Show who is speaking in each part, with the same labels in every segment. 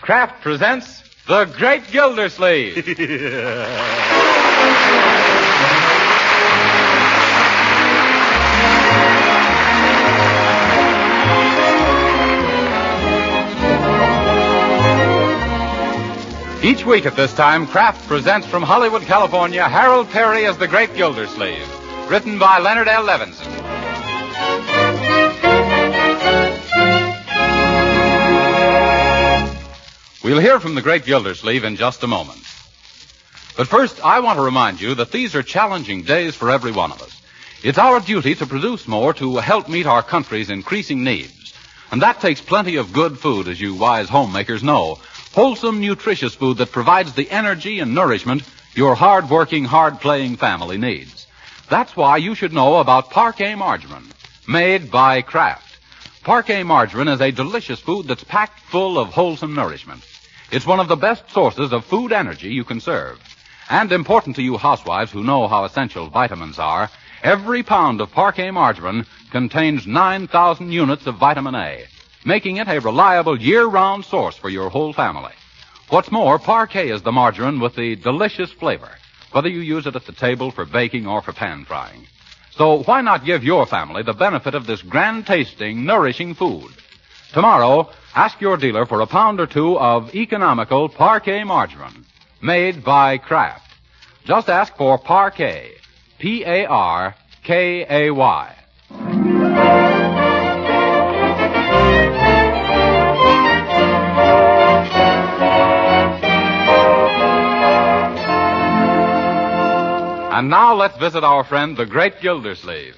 Speaker 1: Kraft presents The Great Gildersleeve. Each week at this time, Kraft presents from Hollywood, California, Harold Perry as The Great Gildersleeve, written by Leonard L. Levinson. We'll hear from the great Gildersleeve in just a moment. But first, I want to remind you that these are challenging days for every one of us. It's our duty to produce more to help meet our country's increasing needs. And that takes plenty of good food, as you wise homemakers know. Wholesome, nutritious food that provides the energy and nourishment your hard-working, hard-playing family needs. That's why you should know about Parquet Margarine, made by Kraft. Parquet Margarine is a delicious food that's packed full of wholesome nourishment. It's one of the best sources of food energy you can serve. And important to you housewives who know how essential vitamins are, every pound of parquet margarine contains 9,000 units of vitamin A, making it a reliable year-round source for your whole family. What's more, parquet is the margarine with the delicious flavor, whether you use it at the table for baking or for pan frying. So why not give your family the benefit of this grand tasting, nourishing food? Tomorrow, ask your dealer for a pound or two of economical parquet margarine, made by Kraft. Just ask for parquet, P-A-R-K-A-Y. And now let's visit our friend, the great Gildersleeve.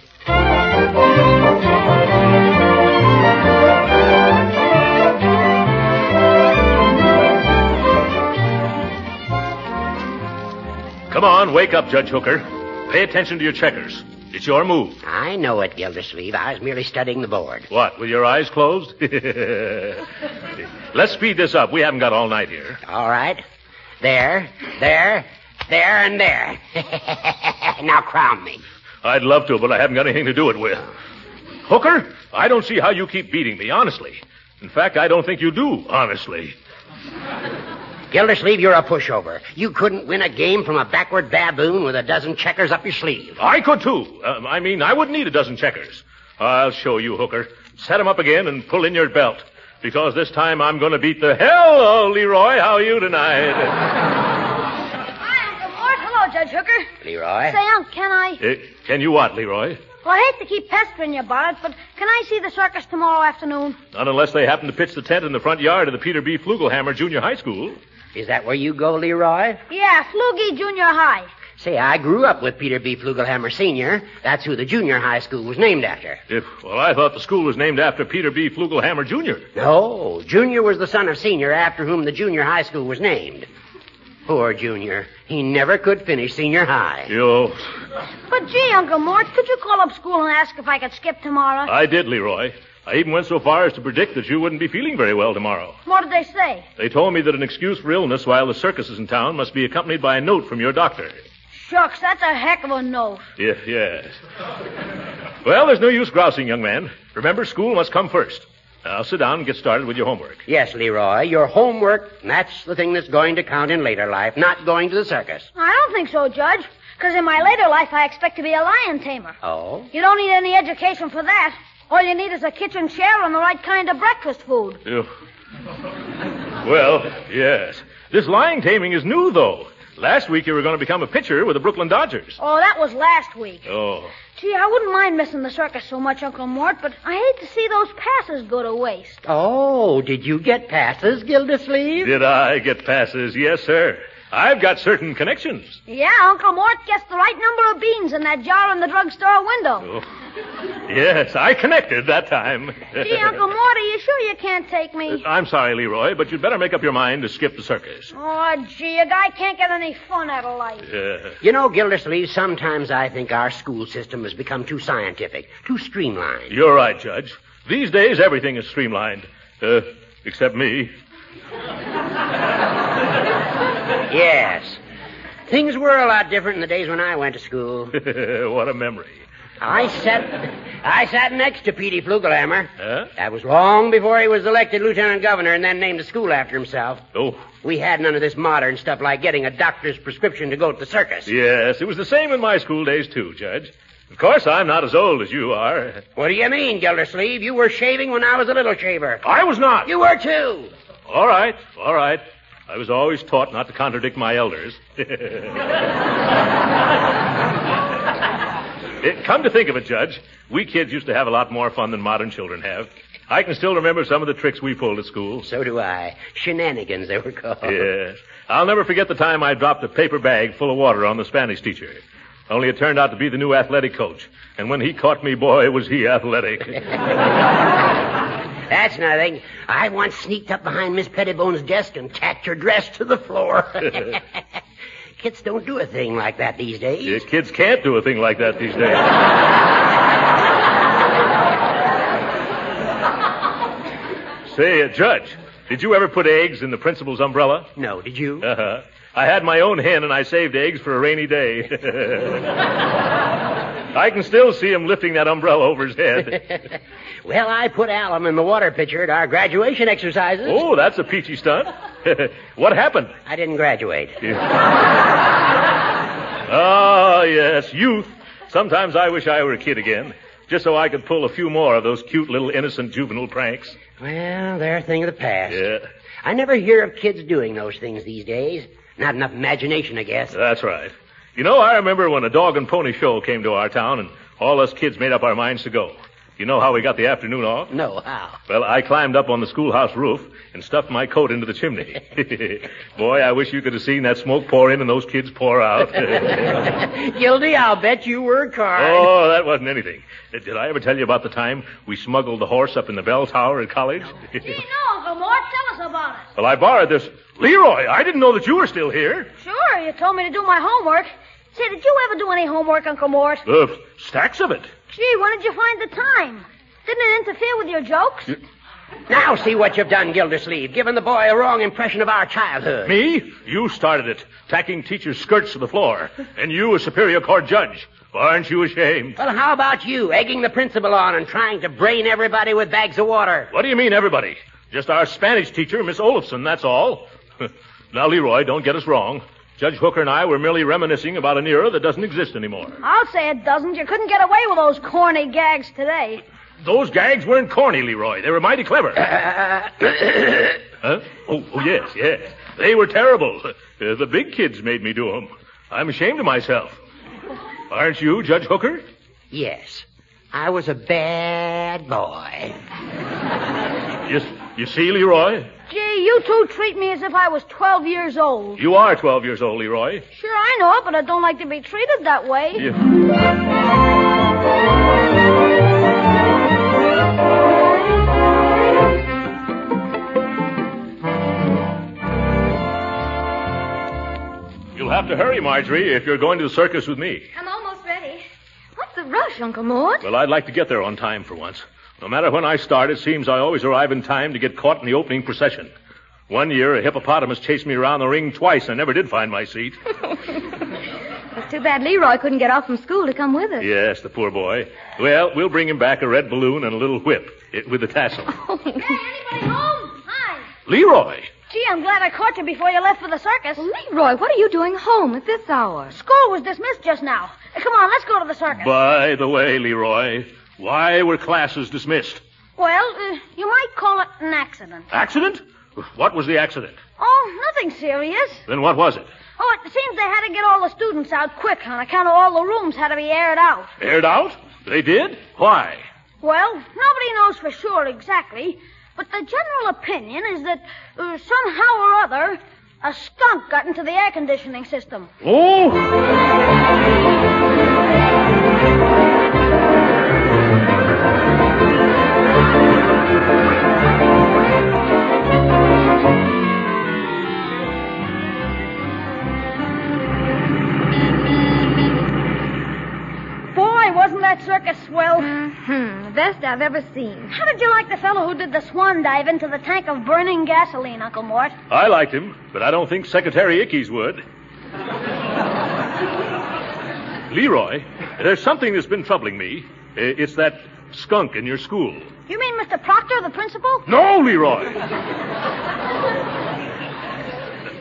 Speaker 2: Come on, wake up, Judge Hooker. Pay attention to your checkers. It's your move.
Speaker 3: I know it, Gildersleeve. I was merely studying the board.
Speaker 2: What, with your eyes closed? Let's speed this up. We haven't got all night here.
Speaker 3: All right. There, there, there, and there. now crown me.
Speaker 2: I'd love to, but I haven't got anything to do it with. Hooker, I don't see how you keep beating me, honestly. In fact, I don't think you do, honestly.
Speaker 3: Gildersleeve, you're a pushover. You couldn't win a game from a backward baboon with a dozen checkers up your sleeve.
Speaker 2: I could, too. Um, I mean, I wouldn't need a dozen checkers. I'll show you, Hooker. Set 'em up again and pull in your belt. Because this time I'm going to beat the hell out of Leroy. How are you tonight?
Speaker 4: Hi, Uncle Mort. Hello, Judge Hooker.
Speaker 3: Leroy?
Speaker 4: Say, Unc, can I?
Speaker 2: Eh, can you what, Leroy?
Speaker 4: Well, I hate to keep pestering you about it, but can I see the circus tomorrow afternoon?
Speaker 2: Not unless they happen to pitch the tent in the front yard of the Peter B. Flugelhammer Junior High School.
Speaker 3: Is that where you go, Leroy?
Speaker 4: Yeah, Flugie Junior High.
Speaker 3: Say, I grew up with Peter B. Flugelhammer Sr. That's who the junior high school was named after.
Speaker 2: If well, I thought the school was named after Peter B. Flugelhammer Jr.
Speaker 3: No, Junior was the son of Senior, after whom the junior high school was named. Poor Junior. He never could finish senior high.
Speaker 2: You,
Speaker 4: But gee, Uncle Mort, could you call up school and ask if I could skip tomorrow?
Speaker 2: I did, Leroy. I even went so far as to predict that you wouldn't be feeling very well tomorrow.
Speaker 4: What did they say?
Speaker 2: They told me that an excuse for illness while the circus is in town must be accompanied by a note from your doctor.
Speaker 4: Shucks, that's a heck of a no.
Speaker 2: Yes, yes. Well, there's no use grousing, young man. Remember, school must come first. Now sit down and get started with your homework.
Speaker 3: Yes, Leroy, your homework, that's the thing that's going to count in later life, not going to the circus.
Speaker 4: I don't think so, Judge, because in my later life I expect to be a lion tamer.
Speaker 3: Oh?
Speaker 4: You don't need any education for that. All you need is a kitchen chair and the right kind of breakfast food.
Speaker 2: You. Well, yes. This lion taming is new, though. Last week you were going to become a pitcher with the Brooklyn Dodgers.
Speaker 4: Oh, that was last week.
Speaker 2: Oh.
Speaker 4: Gee, I wouldn't mind missing the circus so much, Uncle Mort, but I hate to see those passes go to waste.
Speaker 3: Oh, did you get passes, Gildersleeve?
Speaker 2: Did I get passes? Yes, sir. I've got certain connections.
Speaker 4: Yeah, Uncle Mort gets the right number of beans in that jar in the drugstore window.
Speaker 2: Oh. Yes, I connected that time.
Speaker 4: Gee, Uncle Mort, are you sure you can't take me?
Speaker 2: I'm sorry, Leroy, but you'd better make up your mind to skip the circus.
Speaker 4: Oh, gee, a guy can't get any fun out of life.
Speaker 2: Yeah.
Speaker 3: You know, Gildersleeve, sometimes I think our school system has become too scientific, too streamlined.
Speaker 2: You're right, Judge. These days, everything is streamlined. Uh, except me.
Speaker 3: Yes. Things were a lot different in the days when I went to school.
Speaker 2: what a memory.
Speaker 3: I sat, I sat next to Petey Flugelhammer.
Speaker 2: Huh?
Speaker 3: That was long before he was elected lieutenant governor and then named a school after himself.
Speaker 2: Oh,
Speaker 3: We had none of this modern stuff like getting a doctor's prescription to go to the circus.
Speaker 2: yes. It was the same in my school days, too, Judge. Of course, I'm not as old as you are.
Speaker 3: What do you mean, Gildersleeve? You were shaving when I was a little shaver.
Speaker 2: I was not.
Speaker 3: You were too.
Speaker 2: All right, all right. I was always taught not to contradict my elders. Eh, It- come to think of it, Judge, we kids used to have a lot more fun than modern children have. I can still remember some of the tricks we pulled at school.
Speaker 3: So do I. Shenanigans, they were called.
Speaker 2: Yes. I'll never forget the time I dropped a paper bag full of water on the Spanish teacher. Only it turned out to be the new athletic coach. And when he caught me, boy, was he athletic.
Speaker 3: That's nothing. I once sneaked up behind Miss Pettibone's desk and tacked her dress to the floor. Kids don't do a thing like that these days.
Speaker 2: Yeah, kids can't do a thing like that these days. Say, uh, Judge, did you ever put eggs in the principal's umbrella?
Speaker 3: No, did you?
Speaker 2: Uh-huh. I had my own hen and I saved eggs for a rainy day. I can still see him lifting that umbrella over his head.
Speaker 3: well, I put alum in the water pitcher at our graduation exercises.
Speaker 2: Oh, that's a peachy stunt. what happened?
Speaker 3: I didn't graduate.
Speaker 2: Ah, yes, youth. Sometimes I wish I were a kid again, just so I could pull a few more of those cute little innocent juvenile pranks.
Speaker 3: Well, they're a thing of the past.
Speaker 2: Yeah,
Speaker 3: I never hear of kids doing those things these days. Not enough imagination, I guess.
Speaker 2: that's right. You know, I remember when a dog and pony show came to our town and all us kids made up our minds to go. You know how we got the afternoon off?
Speaker 3: No, how?
Speaker 2: Well, I climbed up on the schoolhouse roof and stuffed my coat into the chimney. Boy, I wish you could have seen that smoke pour in and those kids pour out.
Speaker 3: Gildy, I'll bet you were card.
Speaker 2: oh, that wasn't anything. Did I ever tell you about the time we smuggled the horse up in the bell tower at college?
Speaker 4: Gee, no, Uncle Mort, tell us about it.
Speaker 2: Well, I borrowed this. Leroy, I didn't know that you were still here.
Speaker 4: Sure, you told me to do my homework. Say, did you ever do any homework, Uncle Mort?
Speaker 2: Uh, stacks of it.
Speaker 4: Gee, when did you find the time? Didn't it interfere with your jokes?
Speaker 2: Oh.
Speaker 3: Now see what you've done, Gildersleeve, giving the boy a wrong impression of our childhood.
Speaker 2: Me? You started it, tacking teachers' skirts to the floor. And you, a Superior Court judge. Aren't you ashamed?
Speaker 3: Well, how about you egging the principal on and trying to brain everybody with bags of water?
Speaker 2: What do you mean, everybody? Just our Spanish teacher, Miss Olafson, that's all. now, Leroy, don't get us wrong. Judge Hooker and I were merely reminiscing about an era that doesn't exist anymore.
Speaker 4: I'll say it doesn't. You couldn't get away with those corny gags today.
Speaker 2: Those gags weren't corny, Leroy. They were mighty clever. huh? Oh, oh, yes, yes. They were terrible. Uh, the big kids made me do them. I'm ashamed of myself. Aren't you, Judge Hooker?
Speaker 3: Yes. I was a bad boy.
Speaker 2: You, you see, Leroy?
Speaker 4: Gee, you two treat me as if I was 12 years old.
Speaker 2: You are 12 years old, Leroy.
Speaker 4: Sure, I know it, but I don't like to be treated that way.
Speaker 2: You- You'll have to hurry, Marjorie, if you're going to the circus with me.
Speaker 4: I'm almost ready. What's the rush, Uncle Mort?
Speaker 2: Well, I'd like to get there on time for once. No matter when I start, it seems I always arrive in time to get caught in the opening procession. One year, a hippopotamus chased me around the ring twice. I never did find my seat.
Speaker 4: It's too bad Leroy couldn't get off from school to come with us.
Speaker 2: yes, the poor boy. Well, we'll bring him back a red balloon and a little whip it, with a tassel.
Speaker 4: hey, anybody home? Hi.
Speaker 2: Leroy!
Speaker 4: Gee, I'm glad I caught you before you left for the circus.
Speaker 5: Leroy, what are you doing home at this hour?
Speaker 4: School was dismissed just now. Uh, Come on, let's go to the circus.
Speaker 2: By the way, Leroy, why were classes dismissed?
Speaker 4: Well, uh, you might call it an accident.
Speaker 2: Accident? What was the accident?
Speaker 4: Oh, nothing serious.
Speaker 2: Then what was it?
Speaker 4: Oh, it seems they had to get all the students out quick on account of all the rooms had to be aired out.
Speaker 2: Aired out? They did? Why?
Speaker 4: Well, nobody knows for sure exactly, but the general opinion is that uh, somehow or other, a skunk got into the air conditioning system.
Speaker 2: Oh!
Speaker 4: Boy, wasn't that circus swell.
Speaker 5: Hmm, the best I've ever seen.
Speaker 4: How did you like the fellow who did the swan dive into the tank of burning gasoline, Uncle Mort?
Speaker 2: I liked him, but I don't think Secretary Ickes would. Leroy, there's something that's been troubling me. I- It's that skunk in your school.
Speaker 4: You mean Mr. Proctor, the principal?
Speaker 2: No, Leroy!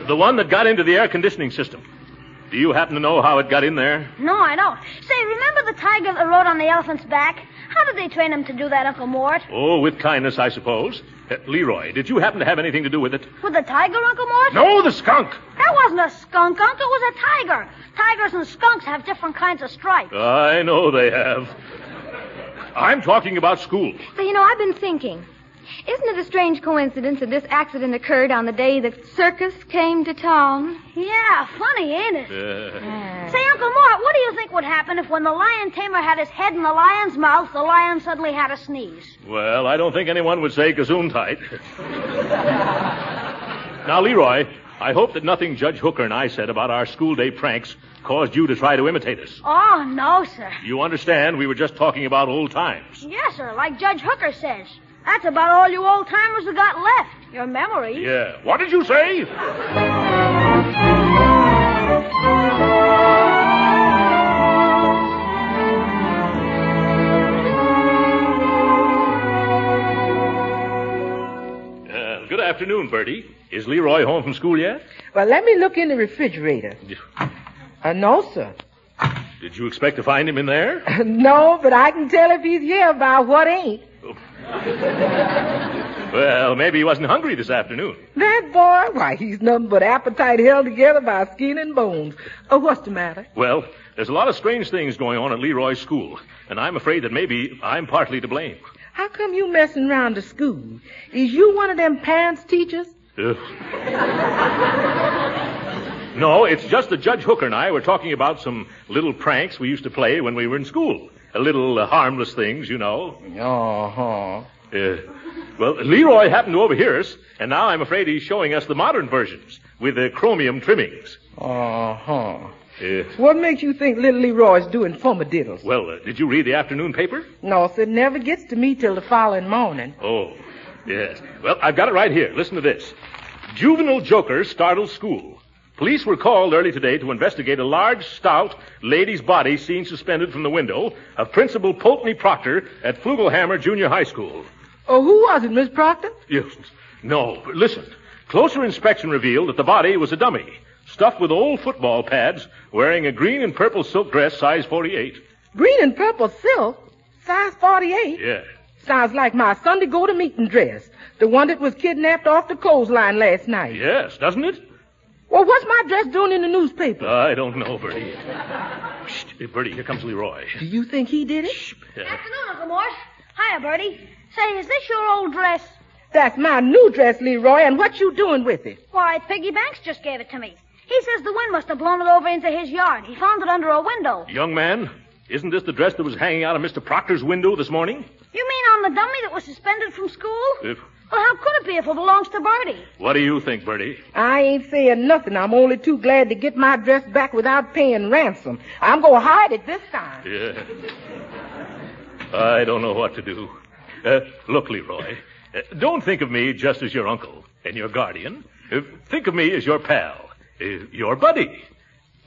Speaker 2: the one that got into the air conditioning system. Do you happen to know how it got in there?
Speaker 4: No, I don't. Say, remember the tiger that rode on the elephant's back? How did they train him to do that, Uncle Mort?
Speaker 2: Oh, with kindness, I suppose. Uh, Leroy, did you happen to have anything to do with it?
Speaker 4: With the tiger, Uncle Mort?
Speaker 2: No, the skunk!
Speaker 4: That wasn't a skunk, Uncle. It was a tiger. Tigers and skunks have different kinds of stripes.
Speaker 2: I know they have. I'm talking about school.
Speaker 5: Say, you know, I've been thinking. Isn't it a strange coincidence that this accident occurred on the day the circus came to town?
Speaker 4: Yeah, funny, ain't it?
Speaker 2: Uh,
Speaker 4: Say, Uncle Mort, what do you think would happen if when the lion tamer had his head in the lion's mouth, the lion suddenly had a sneeze?
Speaker 2: well, I don't think anyone would say gesundheit. now, Leroy, I hope that nothing Judge Hooker and I said about our school day pranks caused you to try to imitate us.
Speaker 4: Oh, no, sir.
Speaker 2: You understand, we were just talking about old times.
Speaker 4: Yes, sir, like Judge Hooker says. That's about all you old timers have got left. Your memory.
Speaker 2: Yeah. What did you say? Uh, Uh, Good afternoon, Bertie. Is Leroy home from school yet?
Speaker 6: Well, let me look in the refrigerator. Uh, no, sir.
Speaker 2: Did you expect to find him in there?
Speaker 6: no, but I can tell if he's here by what ain't.
Speaker 2: Well, maybe he wasn't hungry this afternoon.
Speaker 6: That boy, why, he's nothing but appetite held together by skin and bones. Oh, what's the matter?
Speaker 2: Well, there's a lot of strange things going on at Leroy's school, and I'm afraid that maybe I'm partly to blame.
Speaker 6: How come you messing around the school? Is you one of them pants teachers?
Speaker 2: Ugh. no, it's just that Judge Hooker and I were talking about some little pranks we used to play when we were in school. A little uh, harmless things, you know.
Speaker 6: Uh-huh.
Speaker 2: Uh, well, Leroy happened to overhear us, and now I'm afraid he's showing us the modern versions with the chromium trimmings.
Speaker 6: Uh-huh.
Speaker 2: Uh,
Speaker 6: What makes you think little Leroy's doing fumadiddles?
Speaker 2: well, uh, did you read the afternoon paper?
Speaker 6: No, sir, never gets to me till the following morning.
Speaker 2: Oh, yes. Well, I've got it right here. Listen to this. Juvenile joker startles school. Police were called early today to investigate a large, stout lady's body seen suspended from the window of Principal Pulteney Proctor at Flugelhammer Junior High School.
Speaker 6: Oh, who was it, Miss Proctor?
Speaker 2: Yes. No, but listen. Closer inspection revealed that the body was a dummy, stuffed with old football pads, wearing a green and purple silk dress size 48.
Speaker 6: Green and purple silk, size 48.
Speaker 2: Yeah.
Speaker 6: Sounds like my Sunday go-to-meeting dress, the one that was kidnapped off the clothesline last night.
Speaker 2: Yes, doesn't it?
Speaker 6: Well, what's my dress doing in the newspaper?
Speaker 2: I don't know, Bertie. Shh, Bertie, here comes Leroy.
Speaker 6: Do you think he did it?
Speaker 2: Yeah.
Speaker 4: Afternoon, Uncle Mort. Hiya, Bertie. Say, is this your old dress?
Speaker 6: That's my new dress, Leroy, and what you doing with it?
Speaker 4: Why, Piggy Banks just gave it to me. He says the wind must have blown it over into his yard. He found it under a window.
Speaker 2: Young man, isn't this the dress that was hanging out of Mr. Proctor's window this morning?
Speaker 4: You mean on the dummy that was suspended from school?
Speaker 2: If-
Speaker 4: Well, how could it be if it belongs to Bertie?
Speaker 2: What do you think, Bertie?
Speaker 6: I ain't saying nothing. I'm only too glad to get my dress back without paying ransom. I'm gonna hide it this time.
Speaker 2: Yeah. I don't know what to do. Uh, look, Leroy, uh, don't think of me just as your uncle and your guardian. Uh, think of me as your pal, uh, your buddy.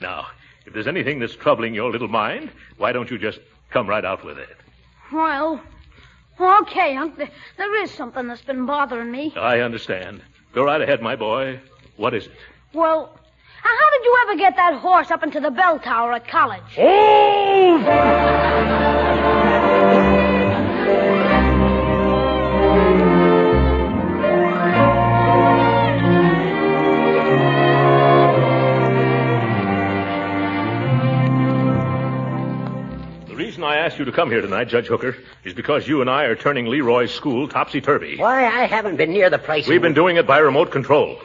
Speaker 2: Now, if there's anything that's troubling your little mind, why don't you just come right out with it?
Speaker 4: Well, okay, Unc. There, there is something that's been bothering me.
Speaker 2: I understand. Go right ahead, my boy. What is it?
Speaker 4: Well, h- how did you ever get that horse up into the bell tower at college?
Speaker 2: Oh! The reason I asked you to come here tonight, Judge Hooker, is because you and I are turning Leroy's school topsy-turvy.
Speaker 3: Why, I haven't been near the place.
Speaker 2: We've been doing it by remote control.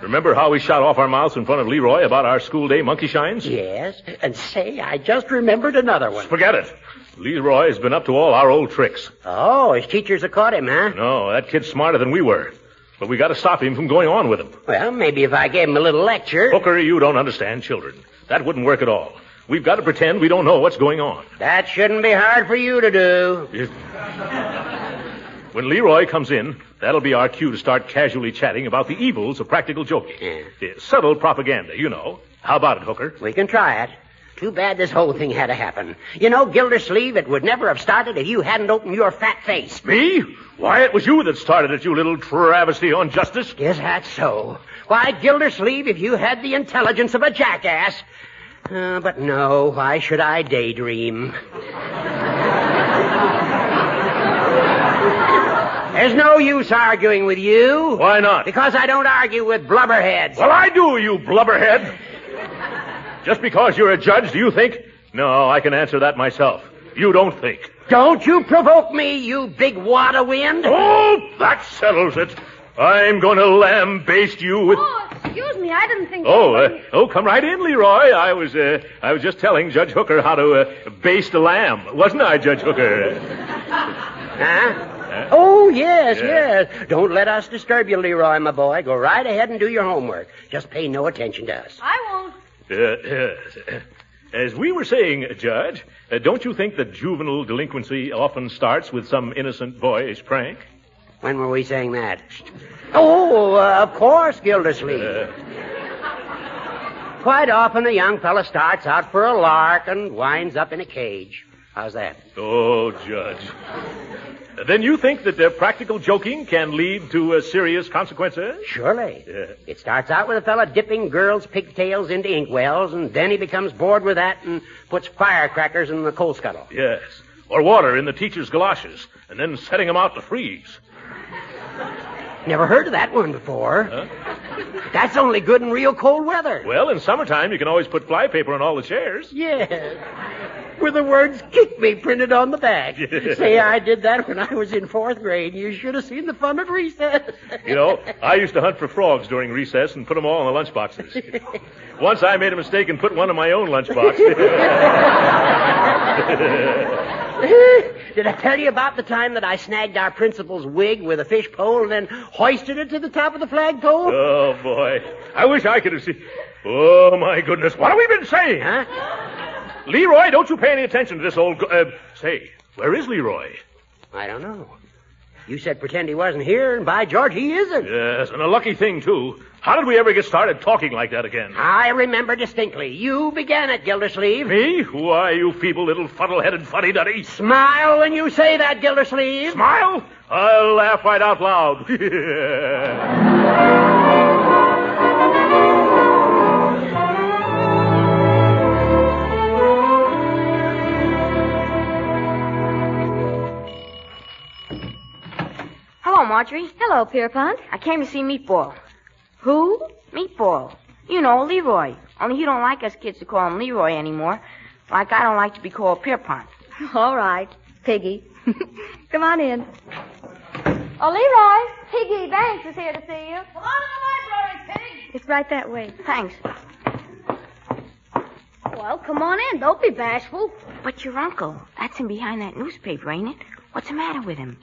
Speaker 2: Remember how we shot off our mouths in front of Leroy about our school day monkey shines?
Speaker 3: Yes, and say, I just remembered another one.
Speaker 2: Forget it. Leroy has been up to all our old tricks.
Speaker 3: Oh, his teachers have caught him, huh?
Speaker 2: No, that kid's smarter than we were. But we gotta stop him from going on with them.
Speaker 3: Well, maybe if I gave him a little lecture.
Speaker 2: Hooker, you don't understand children. That wouldn't work at all. We've got to pretend we don't know what's going on.
Speaker 3: That shouldn't be hard for you to do.
Speaker 2: When Leroy comes in, that'll be our cue to start casually chatting about the evils of practical joking.
Speaker 3: Yeah.
Speaker 2: Yeah, Subtle propaganda, you know. How about it, Hooker?
Speaker 3: We can try it. Too bad this whole thing had to happen. You know, Gildersleeve, it would never have started if you hadn't opened your fat face.
Speaker 2: Me? Why, it was you that started it, you little travesty on justice.
Speaker 3: Is that so? Why, Gildersleeve, if you had the intelligence of a jackass. Uh, but no, why should I daydream? There's no use arguing with you.
Speaker 2: Why not?
Speaker 3: Because I don't argue with blubberheads.
Speaker 2: Well, I do, you blubberhead. Just because you're a judge, do you think? No, I can answer that myself. You don't think.
Speaker 3: Don't you provoke me, you big wad of wind.
Speaker 2: Oh, that settles it. I'm going to lambaste you with.
Speaker 4: Oh, excuse me, I didn't think.
Speaker 2: Oh, uh, oh, come right in, Leroy. I was, uh, I was just telling Judge Hooker how to uh, baste a lamb, wasn't I, Judge Hooker?
Speaker 3: Huh? Oh, yes, yes. Don't let us disturb you, Leroy, my boy. Go right ahead and do your homework. Just pay no attention to us.
Speaker 4: I won't.
Speaker 2: Uh, uh, as we were saying, Judge, uh, don't you think that juvenile delinquency often starts with some innocent boyish prank?
Speaker 3: When were we saying that? Oh, uh, of course, Gildersleeve.
Speaker 2: Uh,
Speaker 3: Quite often a young fellow starts out for a lark and winds up in a cage. How's that?
Speaker 2: Oh, Judge. Then you think that uh, practical joking can lead to uh, serious consequences?
Speaker 3: Surely.
Speaker 2: Yeah.
Speaker 3: It starts out with a fella dipping girls' pigtails into inkwells, and then he becomes bored with that and puts firecrackers in the coal scuttle.
Speaker 2: Yes. Or water in the teacher's galoshes, and then setting them out to freeze.
Speaker 3: Never heard of that one before. That's only good in real cold weather.
Speaker 2: Well, in summertime, you can always put flypaper on all the chairs.
Speaker 3: Yeah. With the words kick me printed on the back. Say, I did that when I was in fourth grade. You should have seen the fun at recess.
Speaker 2: You know, I used to hunt for frogs during recess and put them all in the lunchboxes. Once I made a mistake and put one in my own lunchbox.
Speaker 3: Did I tell you about the time that I snagged our principal's wig with a fish pole and then hoisted it to the top of the flagpole?
Speaker 2: oh, boy. I wish I could have seen. Oh, my goodness. What have we been saying?
Speaker 3: Huh?
Speaker 2: Leroy, don't you pay any attention to this old. Go- uh, say, where is Leroy?
Speaker 3: I don't know. You said pretend he wasn't here, and by George, he isn't.
Speaker 2: Yes, and a lucky thing, too. How did we ever get started talking like that again?
Speaker 3: I remember distinctly. You began it, Gildersleeve.
Speaker 2: Me? Why, you feeble little fuddle headed fuddy duddy.
Speaker 3: Smile when you say that, Gildersleeve.
Speaker 2: Smile? I'll laugh right out loud.
Speaker 7: Hello, Marjorie.
Speaker 5: Hello, Pierpont.
Speaker 7: I came to see Meatball. Who? Meatball. You know, Leroy. Only you don't like us kids to call him Leroy anymore. Like I don't like to be called Pierpont.
Speaker 5: All right, Piggy. Come on in. Oh, Leroy, Piggy Banks is here to see you.
Speaker 4: Come on to the library, Pig.
Speaker 5: It's right that way.
Speaker 7: Thanks.
Speaker 4: Well, come on in. Don't be bashful.
Speaker 7: But your uncle, that's him behind that newspaper, ain't it? What's the matter with him?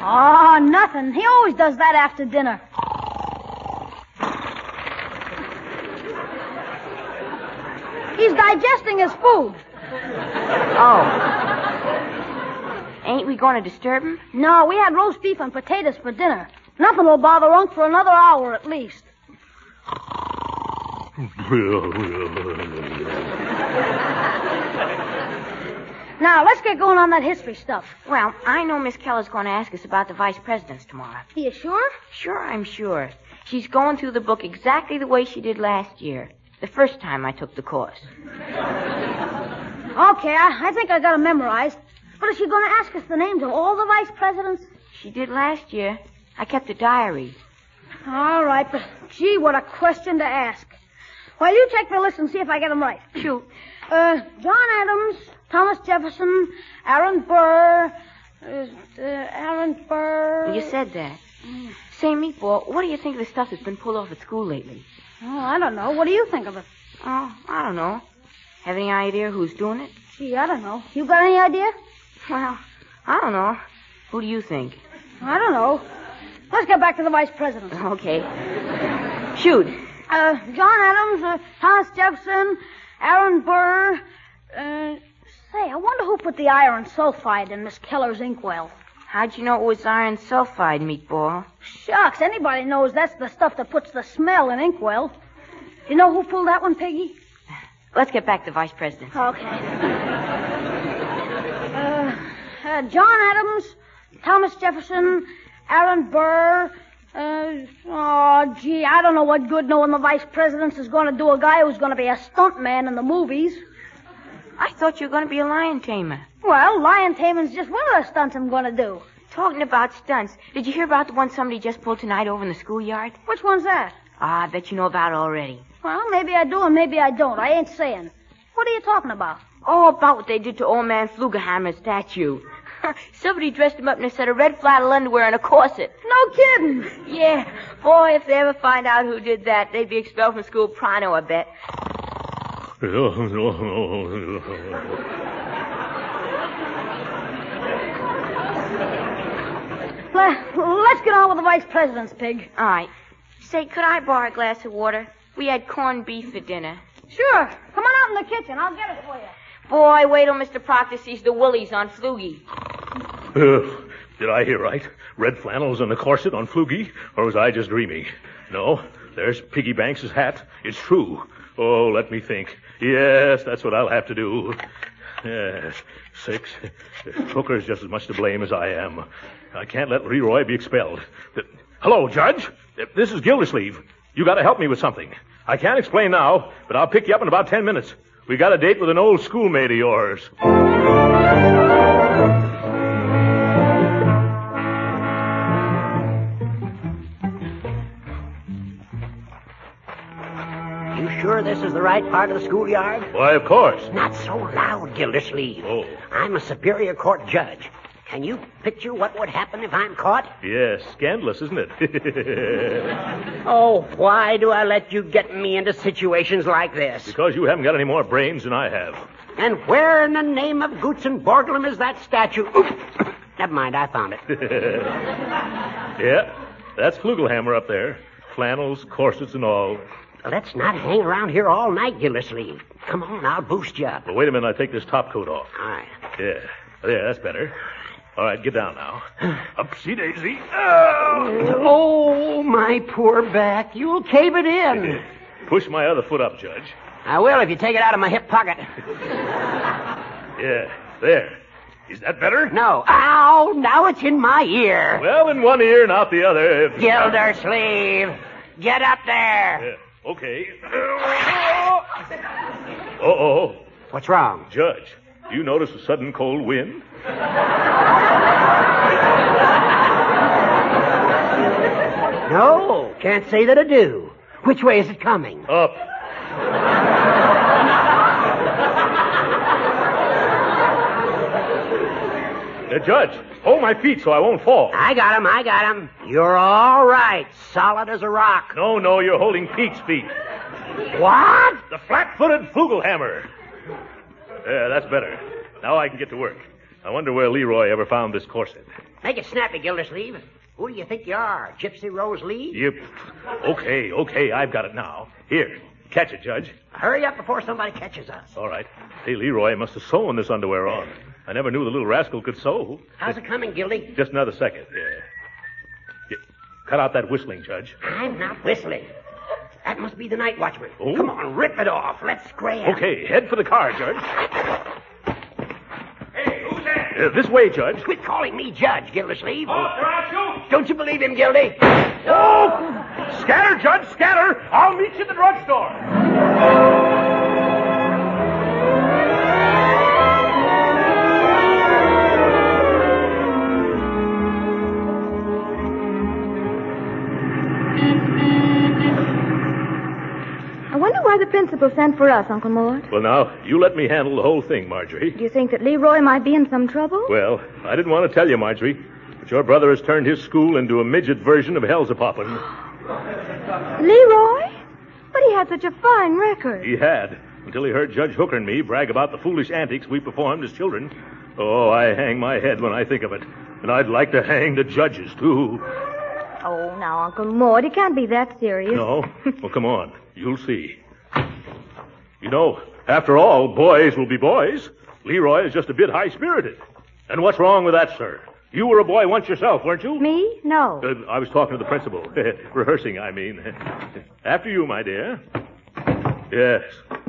Speaker 4: Oh, nothing. He always does that after dinner. He's digesting his food.
Speaker 7: Oh. Ain't we going to disturb him?
Speaker 4: No, we had roast beef and potatoes for dinner. Nothing will bother Unc for another hour at least. Now, let's get going on that history stuff.
Speaker 7: Well, I know Miss Keller's going to ask us about the vice presidents tomorrow.
Speaker 4: You sure?
Speaker 7: Sure, I'm sure. She's going through the book exactly the way she did last year, the first time I took the course.
Speaker 4: Okay, I, I think I got it memorized. But is she going to ask us the names of all the vice presidents?
Speaker 7: She did last year. I kept a diary.
Speaker 4: All right, but gee, what a question to ask. Well, you take the list and see if I get them right.
Speaker 7: Shoot.
Speaker 4: Uh, John Adams, Thomas Jefferson, Aaron Burr, uh, uh, Aaron Burr.
Speaker 7: You said that. Say, Meatball, what do you think of the stuff that's been pulled off at school lately?
Speaker 4: Oh, I don't know. What do you think of it?
Speaker 7: Oh, I don't know. Have any idea who's doing it?
Speaker 4: Gee, I don't know. You got any idea?
Speaker 7: Well, I don't know. Who do you think?
Speaker 4: I don't know. Let's get back to the vice presidents.
Speaker 7: Okay. Shoot.
Speaker 4: Uh, John Adams, uh, Thomas Jefferson, Aaron Burr. Uh, say, I wonder who put the iron sulfide in Miss Keller's inkwell.
Speaker 7: How'd you know it was iron sulfide, meatball?
Speaker 4: Shucks, anybody knows that's the stuff that puts the smell in inkwell. You know who pulled that one, Piggy?
Speaker 7: Let's get back to Vice President.
Speaker 4: Okay. uh, uh, John Adams, Thomas Jefferson, Aaron Burr. Uh, oh, gee, I don't know what good knowing the vice president is going to do a guy who's going to be a stunt man in the movies.
Speaker 7: I thought you were going to be a lion tamer.
Speaker 4: Well, lion taming's just one of the stunts I'm going to do.
Speaker 7: Talking about stunts, did you hear about the one somebody just pulled tonight over in the schoolyard?
Speaker 4: Which one's that?
Speaker 7: Ah, I bet you know about it already.
Speaker 4: Well, maybe I do and maybe I don't. I ain't saying. What are you talking about?
Speaker 7: Oh, about what they did to old man Flugelhammer's statue. Somebody dressed him up in a set of red flannel underwear and a corset.
Speaker 4: No kidding.
Speaker 7: Yeah. Boy, if they ever find out who did that, they'd be expelled from school pronto, I bet.
Speaker 4: Le- Let's get on with the vice president's pig.
Speaker 7: All right. Say, could I borrow a glass of water? We had corned beef for dinner.
Speaker 4: Sure. Come on out in the kitchen. I'll get it for you.
Speaker 7: Boy, wait till Mr. Proctor sees the willies on Flugie.
Speaker 2: Ugh, did I hear right? Red flannels and a corset on Flugie? Or was I just dreaming? No, there's Piggy Banks's hat. It's true. Oh, let me think. Yes, that's what I'll have to do. Yes, six. Hooker's just as much to blame as I am. I can't let Leroy be expelled. Uh, Hello, Judge. Uh, This is Gildersleeve. You gotta help me with something. I can't explain now, but I'll pick you up in about ten minutes. We got a date with an old schoolmate of yours.
Speaker 3: You sure this is the right part of the schoolyard?
Speaker 2: Why, of course.
Speaker 3: Not so loud, Gildersleeve.
Speaker 2: Oh.
Speaker 3: I'm a Superior Court judge. Can you picture what would happen if I'm caught?
Speaker 2: Yes, scandalous, isn't it?
Speaker 3: Oh, why do I let you get me into situations like this?
Speaker 2: because you haven't got any more brains than I have.
Speaker 3: And where in the name of Gutzenborglum is that statue? Oop. Never mind, I found it.
Speaker 2: Yeah, that's Flugelhammer up there. Flannels, corsets, and all.
Speaker 3: Let's not hang around here all night, Gildersleeve. Come on, I'll boost you up.
Speaker 2: But wait a minute, I take this top coat off.
Speaker 3: All right.
Speaker 2: Yeah, yeah, that's better. All right, get down now. Upsy daisy. Oh!
Speaker 3: Oh, my poor back. You'll cave it in.
Speaker 2: Push my other foot up, Judge.
Speaker 3: I will if you take it out of my hip pocket.
Speaker 2: Yeah, there. Is that better?
Speaker 3: No. Ow, now it's in my ear.
Speaker 2: Well, in one ear and out the other. If...
Speaker 3: Gildersleeve, get up there.
Speaker 2: Yeah, okay. Uh-oh.
Speaker 3: What's wrong?
Speaker 2: Judge, do you notice a sudden cold wind?
Speaker 3: No, can't say that I do. Which way is it coming?
Speaker 2: Up. the judge, hold my feet so I won't fall.
Speaker 3: I got him, I got him. You're all right, solid as a rock.
Speaker 2: No, no, you're holding Pete's feet.
Speaker 3: What?
Speaker 2: The flat-footed Flugelhammer. Yeah, that's better. Now I can get to work. I wonder where Leroy ever found this corset.
Speaker 3: Make it snappy, Gildersleeve. Who do you think you are, Gypsy Rose Lee?
Speaker 2: Yep. Okay, okay, I've got it now. Here, catch it, Judge.
Speaker 3: Hurry up before somebody catches us.
Speaker 2: All right. Hey, Leroy must have sewn this underwear on. I never knew the little rascal could sew.
Speaker 3: How's it coming, Gildy?
Speaker 2: Just another second. Yeah. Yeah. Cut out that whistling, Judge.
Speaker 3: I'm not whistling. That must be the night watchman.
Speaker 2: Oh.
Speaker 3: Come on, rip it off. Let's scram.
Speaker 2: Okay, head for the car, Judge. Hey, who's that? Uh, this way, Judge.
Speaker 3: Quit calling me Judge, Gildersleeve.
Speaker 2: Oh. rascal!
Speaker 3: Don't you believe him, Gildy?
Speaker 2: Oh! Scatter, Judge, scatter! I'll meet you at the drugstore.
Speaker 5: I wonder why the principal sent for us, Uncle Mort.
Speaker 2: Well, now, you let me handle the whole thing, Marjorie.
Speaker 5: Do you think that Leroy might be in some trouble?
Speaker 2: Well, I didn't want to tell you, Marjorie, but your brother has turned his school into a midget version of Hell's a Poppin'.
Speaker 5: Leroy? But he had such a fine record.
Speaker 2: He had, until he heard Judge Hooker and me brag about the foolish antics we performed as children. Oh, I hang my head when I think of it. And I'd like to hang the judges, too.
Speaker 5: Oh, now, Uncle Mort, it can't be that serious.
Speaker 2: No? Well, come on. You'll see. You know, after all, boys will be boys. Leroy is just a bit high spirited. And what's wrong with that, sir? You were a boy once yourself, weren't you?
Speaker 5: Me? No.
Speaker 2: Uh, I was talking to the principal. Rehearsing, I mean. After you, my dear. Yes.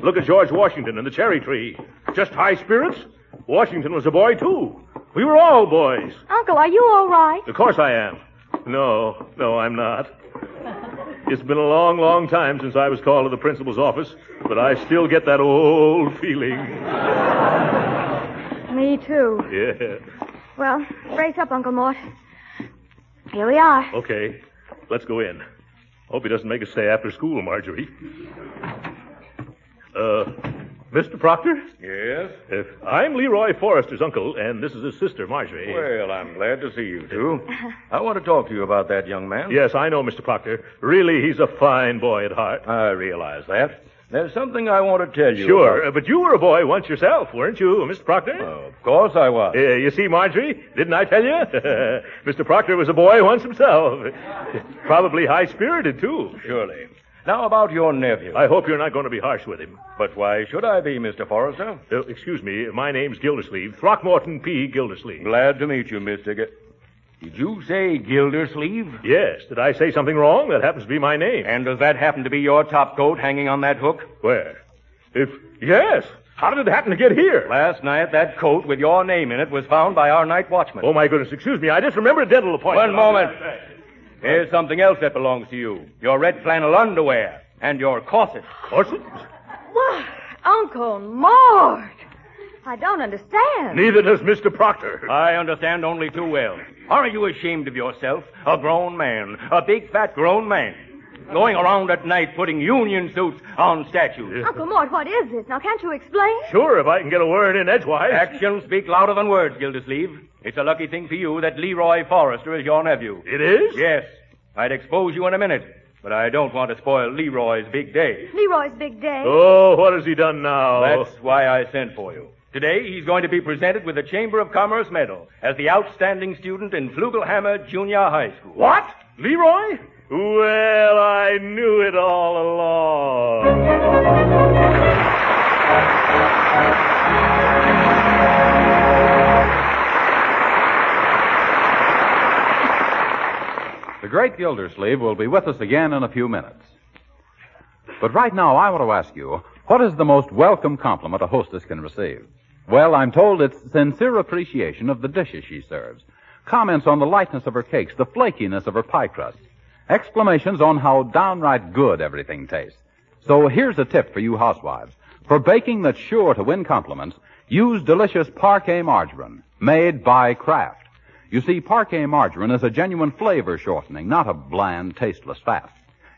Speaker 2: Look at George Washington and the cherry tree. Just high spirits. Washington was a boy, too. We were all boys.
Speaker 5: Uncle, are you all right?
Speaker 2: Of course I am. No, no, I'm not. It's been a long, long time since I was called to the principal's office, but I still get that old feeling.
Speaker 5: Me too.
Speaker 2: Yeah.
Speaker 5: Well, brace up, Uncle Mort. Here we are.
Speaker 2: Okay. Let's go in. Hope he doesn't make us stay after school, Marjorie. Uh, Mr. Proctor?
Speaker 8: Yes?
Speaker 2: Uh, I'm Leroy Forrester's uncle, and this is his sister, Marjorie.
Speaker 8: Well, I'm glad to see you two. I want to talk to you about that young man.
Speaker 2: Yes, I know, Mr. Proctor. Really, he's a fine boy at heart.
Speaker 8: I realize that. There's something I want to tell you.
Speaker 2: Sure,
Speaker 8: about-
Speaker 2: uh, but you were a boy once yourself, weren't you, Mr. Proctor?
Speaker 8: Oh, of course I was.
Speaker 2: Uh, you see, Marjorie, didn't I tell you? Mr. Proctor was a boy once himself. Probably high spirited, too.
Speaker 8: Surely. Now about your nephew.
Speaker 2: I hope you're not going to be harsh with him.
Speaker 8: But why should I be, Mr. Forrester?
Speaker 2: Uh, excuse me, my name's Gildersleeve. Throckmorton P. Gildersleeve.
Speaker 8: Glad to meet you, Mr. G- Did you say Gildersleeve?
Speaker 2: Yes, did I say something wrong? That happens to be my name.
Speaker 8: And does that happen to be your top coat hanging on that hook?
Speaker 2: Where? If. Yes! How did it happen to get here?
Speaker 8: Last night, that coat with your name in it was found by our night watchman.
Speaker 2: Oh, my goodness, excuse me. I just remembered a dental appointment.
Speaker 8: One moment. Here's something else that belongs to you. Your red flannel underwear and your corset.
Speaker 2: Corset?
Speaker 5: Why, Uncle Mort. I don't understand.
Speaker 2: Neither does Mr. Proctor.
Speaker 8: I understand only too well. Are you ashamed of yourself? A grown man, a big fat grown man, going around at night putting union suits on statues.
Speaker 5: Uncle Mort, what is this? Now, can't you explain?
Speaker 2: Sure, if I can get a word in edgewise.
Speaker 8: Actions speak louder than words, Gildersleeve. It's a lucky thing for you that Leroy Forrester is your nephew.
Speaker 2: It is?
Speaker 8: Yes, I'd expose you in a minute, but I don't want to spoil Leroy's big day.
Speaker 5: Leroy's big day.
Speaker 2: Oh, what has he done now?
Speaker 8: That's why I sent for you. Today, he's going to be presented with the Chamber of Commerce Medal as the outstanding student in Flugelhammer Junior High School.
Speaker 2: What? Leroy? Well, I knew it all along.
Speaker 1: The great Gildersleeve will be with us again in a few minutes. But right now, I want to ask you, what is the most welcome compliment a hostess can receive? Well, I'm told it's sincere appreciation of the dishes she serves, comments on the lightness of her cakes, the flakiness of her pie crust, exclamations on how downright good everything tastes. So here's a tip for you housewives. For baking that's sure to win compliments, use delicious parquet margarine, made by Kraft. You see, parquet margarine is a genuine flavor shortening, not a bland, tasteless fat.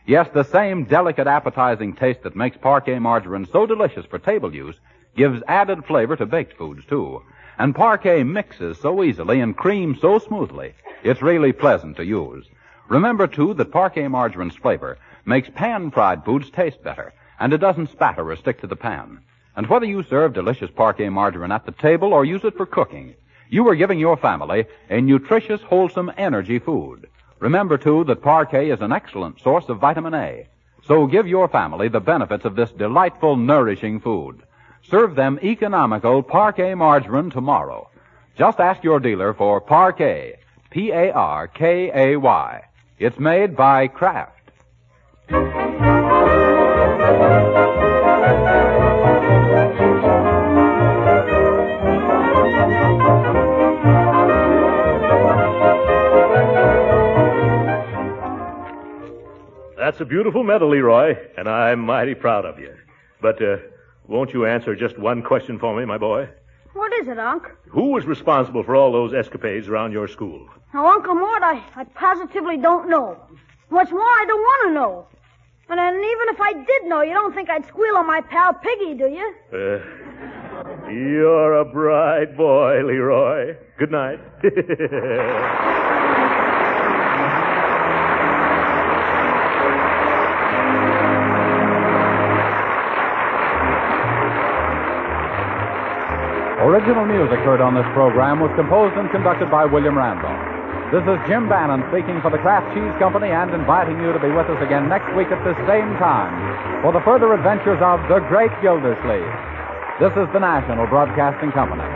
Speaker 1: Yes, the same delicate, appetizing taste that makes parquet margarine so delicious for table use gives added flavor to baked foods, too. And parquet mixes so easily and creams so smoothly, it's really pleasant to use. Remember, too, that parquet margarine's flavor makes pan-fried foods taste better, and it doesn't spatter or stick to the pan. And whether you serve delicious parquet margarine at the table or use it for cooking, you are giving your family a nutritious, wholesome energy food. Remember, too, that parquet is an excellent source of vitamin A. So give your family the benefits of this delightful, nourishing food. Serve them economical parquet margarine tomorrow. Just ask your dealer for parquet. P-A-R-K-A-Y. It's made by Kraft.
Speaker 2: That's a beautiful medal, Leroy, and I'm mighty proud of you. But uh, won't you answer just one question for me, my boy?
Speaker 4: What is it, Unc?
Speaker 2: Who was responsible for all those escapades around your school?
Speaker 4: Now, Uncle Mort, I, I positively don't know. What's more, I don't want to know. And then even if I did know, you don't think I'd squeal on my pal Piggy, do you?
Speaker 2: Uh, you're a bright boy, Leroy. Good night.
Speaker 1: Original music heard on this program was composed and conducted by William Randolph. This is Jim Bannon speaking for the Kraft Cheese Company and inviting you to be with us again next week at this same time for the further adventures of The Great Gildersleeve. This is the National Broadcasting Company.